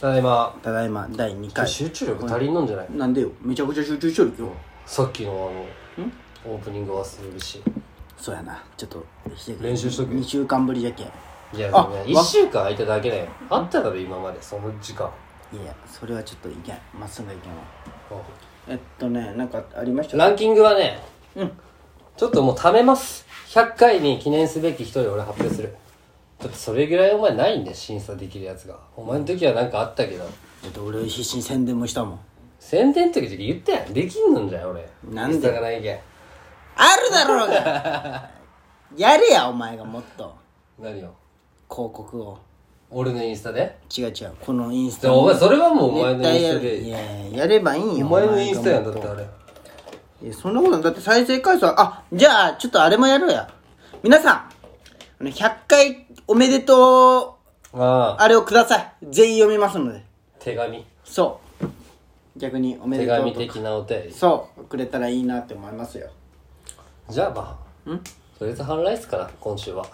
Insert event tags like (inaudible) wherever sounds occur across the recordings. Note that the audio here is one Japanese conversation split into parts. ただいまただいま第2回集中力足りんのんじゃないなんでよめちゃくちゃ集中しとる今日さっきのんあのオープニング忘れるしそうやなちょっと練習しとけ2週間ぶりじゃけんいやであもね1週間空いただけだよあっただろ今までその時間いやそれはちょっといけんまっすぐいけんわうんえっとねなんかありましたランキングはねうんちょっともう貯めます100回に記念すべき人で俺発表するだってそれぐらいお前ないんだよ審査できるやつがお前の時はなんかあったけどちょっと俺必死に宣伝もしたもん宣伝の時だけ言ったやんできんのんじゃん俺なんでインスタがないけん (laughs) あるだろうがやれやお前がもっと何よ広告を俺のインスタで違う違うこのインスでタもお前それはもうお前のインスタやでいやいややればいいんよお前のインスタやんだおっ前てがもあとれいやそんなことないだって再生回数はあじゃあちょっとあれもやろうや皆さんあの100回おめでとうあああれをください全員読みますので手紙そう逆におめで手とうと紙的なお便りそうくれたらいいなって思いますよじゃあまあんとりあえずハンライスかな今週は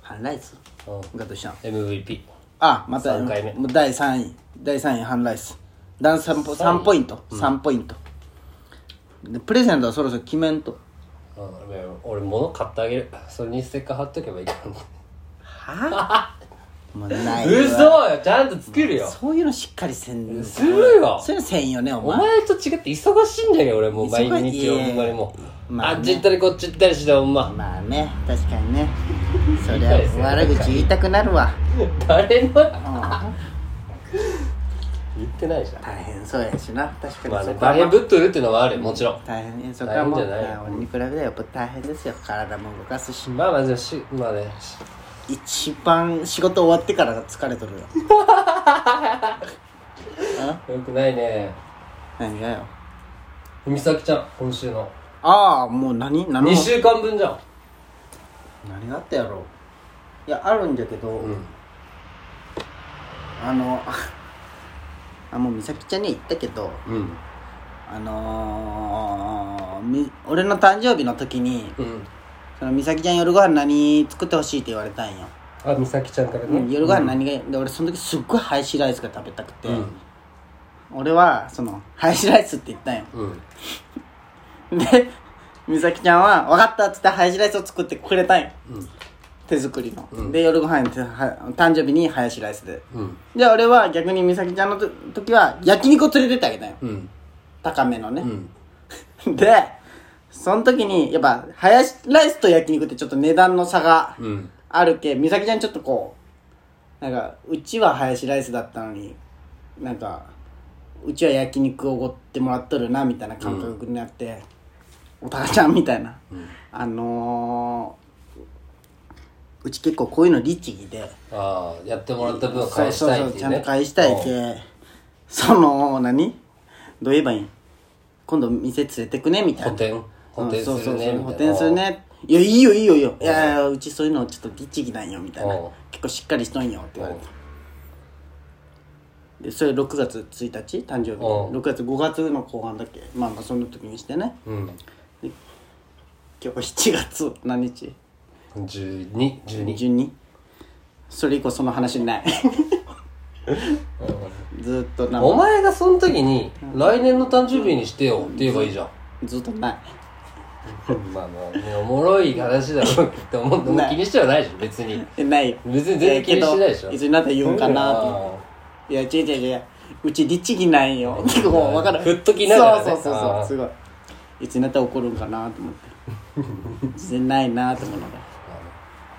ハンライスうんがどうしたん MVP あまた三回目もう第3位第3位ハンライスダンス 3, ポ3ポイント、3ポイントでプレゼントはそろそろ決めんとうんでも俺物買ってあげるそれにステッカー貼っとけばいいからねもうないわ (laughs) 嘘よちゃんと作るよそういうのしっかりせんのするよそういうのせんよねおお前前と違って忙しいんだよ俺もう毎忙しい日よほんまにもう、まああねっち行ったりこっち行ったりしてほんままあね確 (laughs) かにねそりいゃですよ悪口言いたくなるわ、誰もうん、 (laughs) 言ってないじゃん大変そうやしな確まかあにねそこ大はま変あぶっとるっていうのはあるもちろん大変ねそこはもう大変じゃないよ俺に比べたらやっぱ大変ですよ体も動かすしまあまあじゃあしまあねし一番仕事終わってからが疲れと (laughs) るよよくないね何がよ美咲ちゃん今週のああもう何何も2週間分じゃん何があったやろいやあるんだけど、うんあの (laughs) あもう美咲ちゃんには言ったけどうんあのー、み俺の誕生日の時にうんその美咲ちゃん夜ご飯何作ってほしいって言われたんよ、あ美咲ちゃんからね、夜ご飯何が、で俺その時すっごいハヤシライスが食べたくて、うん俺はそのハヤシライスって言ったんようんで美咲ちゃんは「分かった」っつってハヤシライスを作ってくれたんようん手作りの、うんで夜ご飯にては誕生日にハヤシライスでうんで俺は逆に美咲ちゃんのと時は焼肉を連れてってあげたんようん高めのねう、ん (laughs) でその時にやっぱハヤシライスと焼肉ってちょっと値段の差がうんあるけ美咲ちゃんちょっとこうなんかうちはハヤシライスだったのになんかうちは焼肉おごってもらっとるなみたいな感覚になって、おたかちゃんみたいな、あのー、うち結構こういうの律儀でああやってもらった分は返したいそうっそてうそういちうゃんねと返したいけその何どう言えばいいん今度店連れてくねみたいな補填補填するねうんみたいなそうそうそう補填するねいやいいよいいよいいよいやいやうちそういうのちょっと律儀なんよみたいなうん結構しっかりしとんよって言われたでそれ6月1日誕生日うん6月5月の後半だっけまあまあその時にしてねうん今日7月何日1212 12 12それ以降その話ない (laughs) ずっとなお前がその時に来年の誕生日にしてよって言えばいいじゃんずっとないまあまあねおもろい話だろうって思ってもう気にしてはないでしょ別にえないよ別に全然気にしてないでしょえけどいつになったら言うんかなと思あっていや違う違う違ううち律儀なんよ結構分かる振っときながらねそうそうそうあそーうすごいいつになったら怒るんかなと思って全然ないなと思うのが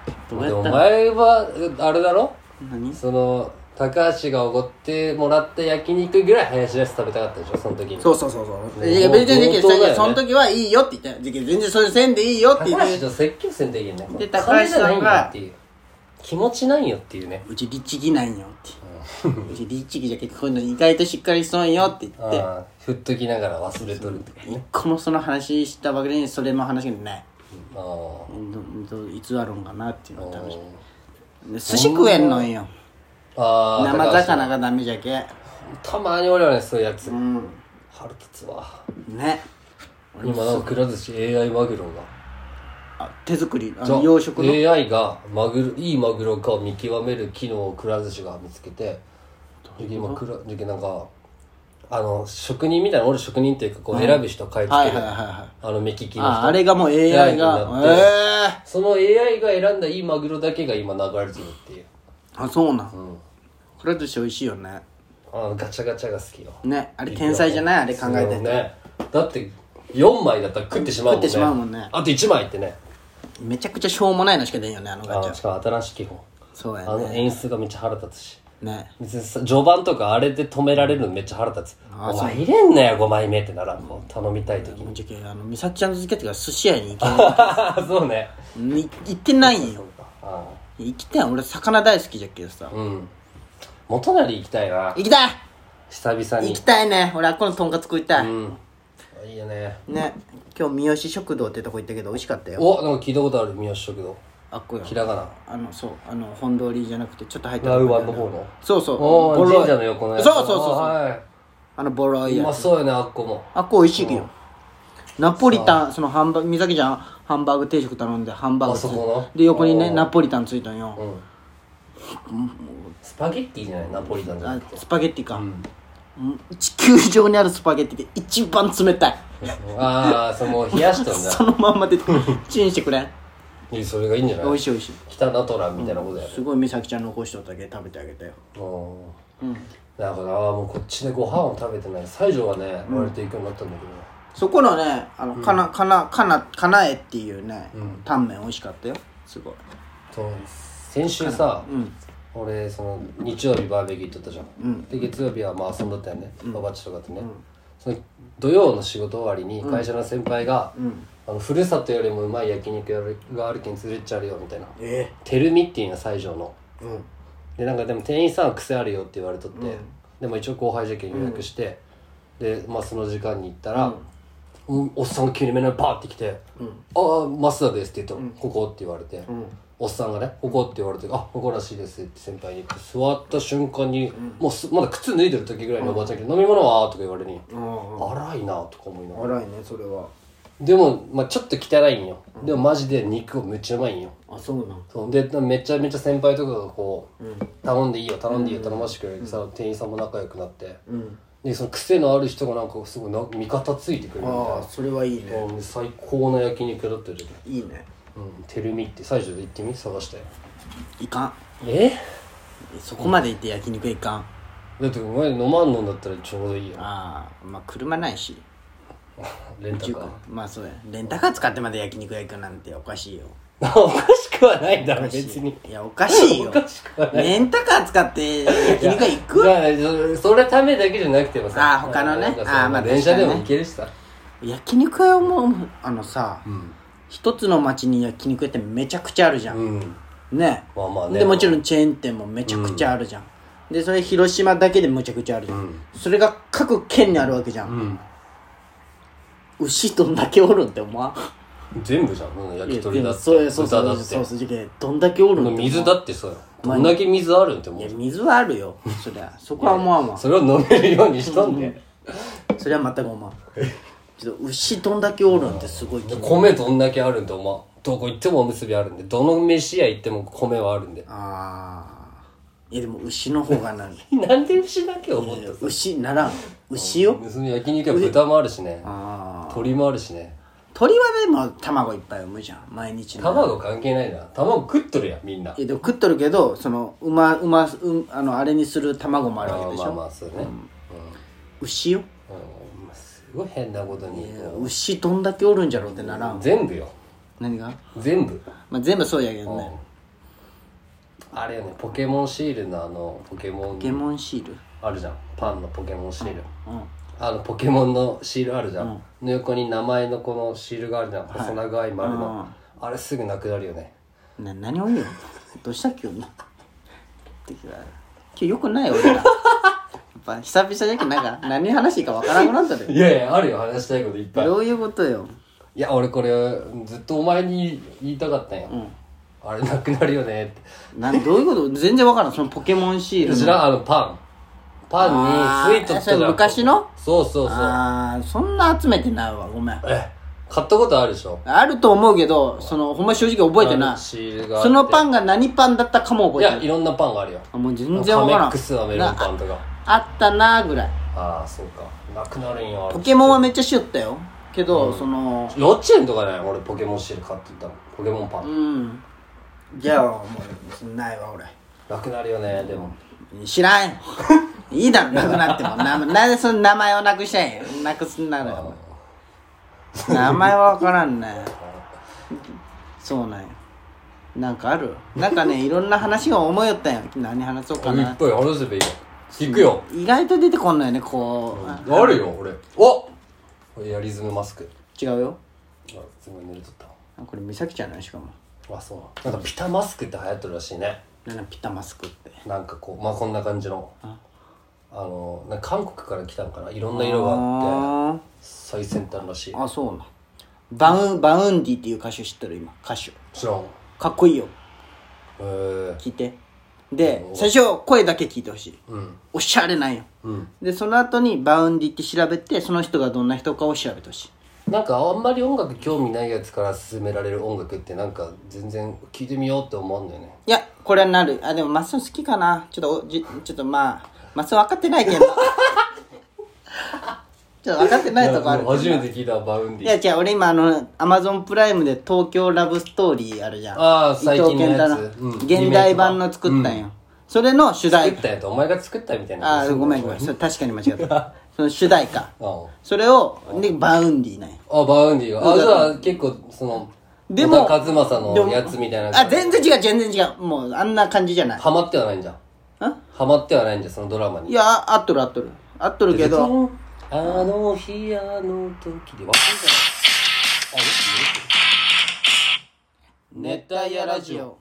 ーどうでやもおったら前はあれだろ何その高橋がおごってもらった焼肉ぐらいハヤシライス食べたかったでしょその時にそうそうそうそういやもう別に同等だよねその時はいいよって言ったよ全然それせんでいいよって言っ高橋てと説教せんといけんねで高金橋さんがじゃないんだっていう気持ちないよっていうねうち律儀なんよってうち律儀じゃけどこういうの意外としっかりしとんよって言ってあー振っときながら忘れとるっていう一ね個もその話したわけにそれも話がないああどどいつあるんかなっていうのは楽しうんみで寿司食えんのんよあー生高魚がダメじゃけ橋たまに俺はねそういうやつうん腹立つわね今なんかくら寿司 AI マグロがあ手作りあじゃの養殖の AI がマグロいいマグロかを見極める機能をくら寿司が見つけてで今黒でなんかあの職人みたいな俺職人っていうかこう選ぶ人書いてはいはいるはいはいあの目利きの人ああれがもう AI AI がになってええその AI が選んだいいマグロだけが今流れてるっていう、あそうなんうん、これとして美味しいよねあのガチャガチャが好きよねあれ天才じゃないあれ考えてそうるねだって4枚だったら食ってしまうもんね食ってしまうもんねあと1枚ってねめちゃくちゃしょうもないのしか出んよねあのあガチのャしかも新しい基本そうやあねの演出がめっちゃ腹立つしね別にさ序盤とかあれで止められるのめっちゃ腹立つあお前入れんなよ5枚目ってならもう頼みたい時にもうじゃけあの美咲ちゃんと付き合ってから寿司屋に (laughs) 行そうねけんに行ってないんよあ行きたいん俺魚大好きじゃっけどさあうん元成行きたいな行きたい久々行にきたいね俺あっこのとんかつ食いたい、うんいいよねね今日三好食堂ってとこ行ったけど美味しかったよおなんか聞いたことある三好食堂あっこよひらがなあのそうあの本通りじゃなくてちょっと入ったラウこワンろの方のそうそうおおボロい神社の横のやつそうそうそあうそうはあのボロいいうやまつそうよねあっこもあっこ美味しいよナポリタンそのハンバーグ美咲ちゃんハンバーグ定食頼んでハンバーグついあそこので横にねナポリタンついたんよ、うんスパゲッティじゃないナポリタンじゃあなくてスパゲッティか、うん地球上にあるスパゲッティで一番冷たい (laughs) ああその冷やしとん (laughs) そのまんまでチンしてくれだいいそれがいいんじゃ美ない味しい美味しい北ナトラみたいなことやねすごい美咲ちゃん残しとったけ食べてあげたようんだからもうこっちでご飯を食べてない西条はね割と行くようになったんだけど、そこのねあのかな、かなかなかなえっていうね、タンメン美味しかったよすごいそう先週さ、ん俺その日曜日バーベキュー行っとったじゃん、で月曜日はまあ遊んどったよねおばっちとかとね、その土曜の仕事終わりに会社の先輩が、あのふるさとよりもうまい焼肉やるがあるけん連れてっちゃうよみたいなえてるみっていうのは西条のえうんでなんかでも店員さんは癖あるよって言われとって、でも一応後輩じゃけん予約して、で、まあ、その時間に行ったら、うんおっさんが急に目の前にパーって来て「ああ増田です」って言うと「ここ」って言われて、おっさんがね「ここ」って言われて「あここらしいです」って先輩に言って座った瞬間に、もうすまだ靴脱いでる時ぐらいのおばちゃんけど「飲み物は?」とか言われに「荒いな」とか思いながら荒いねそれはでも、まあ、ちょっと汚いんよ、でもマジで肉をめっちゃうまいんよあそうなんそうでめちゃめちゃ先輩とかがこう、頼んでいいよ頼んでいいよ頼ましてくれるさ、店員さんも仲良くなって、でその癖のある人がなんかすごいな味方ついてくれるみああそれはいいたいなねうん最高な焼肉屋だったよ、いいねうん、てるみって最初で行ってみ探していかんえそこまで行って焼肉いかんだってお前飲まんのんだったらちょうどいいよああまあ車ないしレンタカーまあそうやレンタカー使ってまで焼肉屋行くなんておかしいよおかしくはないだろ別にいやおかしいよおかしくはないレンタカー使って焼肉屋行くいやじゃあそれそれためだけじゃなくてもさあー他のねなんかさあーまあ電車でも確かにね行けるしさ、焼肉屋もあのさ、一つの町に焼肉屋ってめちゃくちゃあるじゃん、うんねまあまあねでもちろんチェーン店もめちゃくちゃあるじゃん、でそれ広島だけでむちゃくちゃあるじゃん、それが各県にあるわけじゃん、ん牛どんだけおるんって思わん全部じゃんうん焼き (laughs) 鳥だってそうそうそ豚だうってそうそうそうどんだけおるんって思わん水だってそうよどんだけ水あるんって思いうや水はあるよそりゃそこは思わんわそれを飲めるようにしとんでそれは全く思わんちょっと牛どんだけおるんってすごい気でに米どんだけあるんでお前どこ行ってもおむすびあるんでどの飯屋行っても米はあるんでああいやでも牛の方がなるなんで牛だけ思っいたや牛ならん牛よその焼肉は豚もあるしねあ鶏もあるしね鳥はでも卵いっぱい産むじゃん毎日の卵関係ないな卵食っとるやんみんないやでも食っとるけどそのうまうまうんあのあれにする卵もあるまわけあでしまあょまあそうね牛ようんうんすごい変なことに牛どんだけおるんじゃろうってならん全部よ何が全部まあ全部そうやけどねあれよねポケモンシールのあのポケモンポケモンシールあるじゃんパンのポケモンシール、うんあのポケモンのシールあるじゃん、の横に名前のこのシールがあるじゃん細長い丸の、あれすぐなくなるよねな何を言うのどうしたっけ今てか今日よくない俺らやっぱ久々じゃけんなんか何話していいかわからなく (laughs) なったでいやいやあるよ話したいこといっぱいどういうことよいや俺これずっとお前に言いたかったんよ、あれなくなるよねってなんどういうこと全然わからんそのポケモンシールこちらあのパンパンにスイートあーそれ昔のそうそうそうああそんな集めてないわごめんえ買ったことあるでしょあると思うけどそのほんま正直覚えてないシールがあってそのパンが何パンだったかもい覚えてやないいろんなパンがあるよあもう全然わからカんメックスアメロンパンとかあったなぐらいああそうかなくなるんやポケモンはめっちゃしよったよけど、その幼稚園とかね俺ポケモンシール買ってたのポケモンパン、うんじゃあもうないわ俺なくなるよねでも知らんよいいだろなくなってもな (laughs) なんでその名前をなくしたいんやなくすんなのよ名前は分からんねそうなんよなんかあるなんかねいろんな話が思いよったんよ何話そうあかいなっぱい話せばいいよ行くよ意外と出てこんのよねこうああるよ俺おこれやリズムマスク違うよあすごい濡れとったあこれ美咲ちゃんのよしかもわあそうなんかピタマスクって流行ってるらしいねなんだピタマスクってなんかこうまあこんな感じのああのなんか韓国から来たのかないろんな色があってあ最先端らしいーあそうなんバウンバウンディっていう歌手知ってる今歌手知らんへかっこいいよえー、聞いてで最初声だけ聞いてほしいうんおしゃれなんようんでその後にバウンディって調べてその人がどんな人かを調べてほしいなんかあんまり音楽興味ないやつから勧められる音楽ってなんか全然聞いてみようって思うんだよねいやこれはなるあでもマッスン好きかなちょっとおじちょっとまあマッスン分かってないけど (laughs) ちょっと分かってないとこあるいや初めて聞いたわバウンデいィや違う俺今あのアマゾンプライムで「東京ラブストーリー」あるじゃんあー最近のやつ伊藤健太のうん現代版の作ったんよ、それの主題作っ歌たやつお前が作ったみたいなあーごめんごめんそれ確かに間違った (laughs) その主題歌あそれをでバウンディなんよあバウンディがあじゃあ結構そのでも小田和正のやつみたいなあ全然違う全然違うもうあんな感じじゃないハマってはないんじゃんんハマってはないんじゃんそのドラマいにやあ合っとる合っとる合っとるけどあの日あの時で忘れたあ熱帯夜ラジオ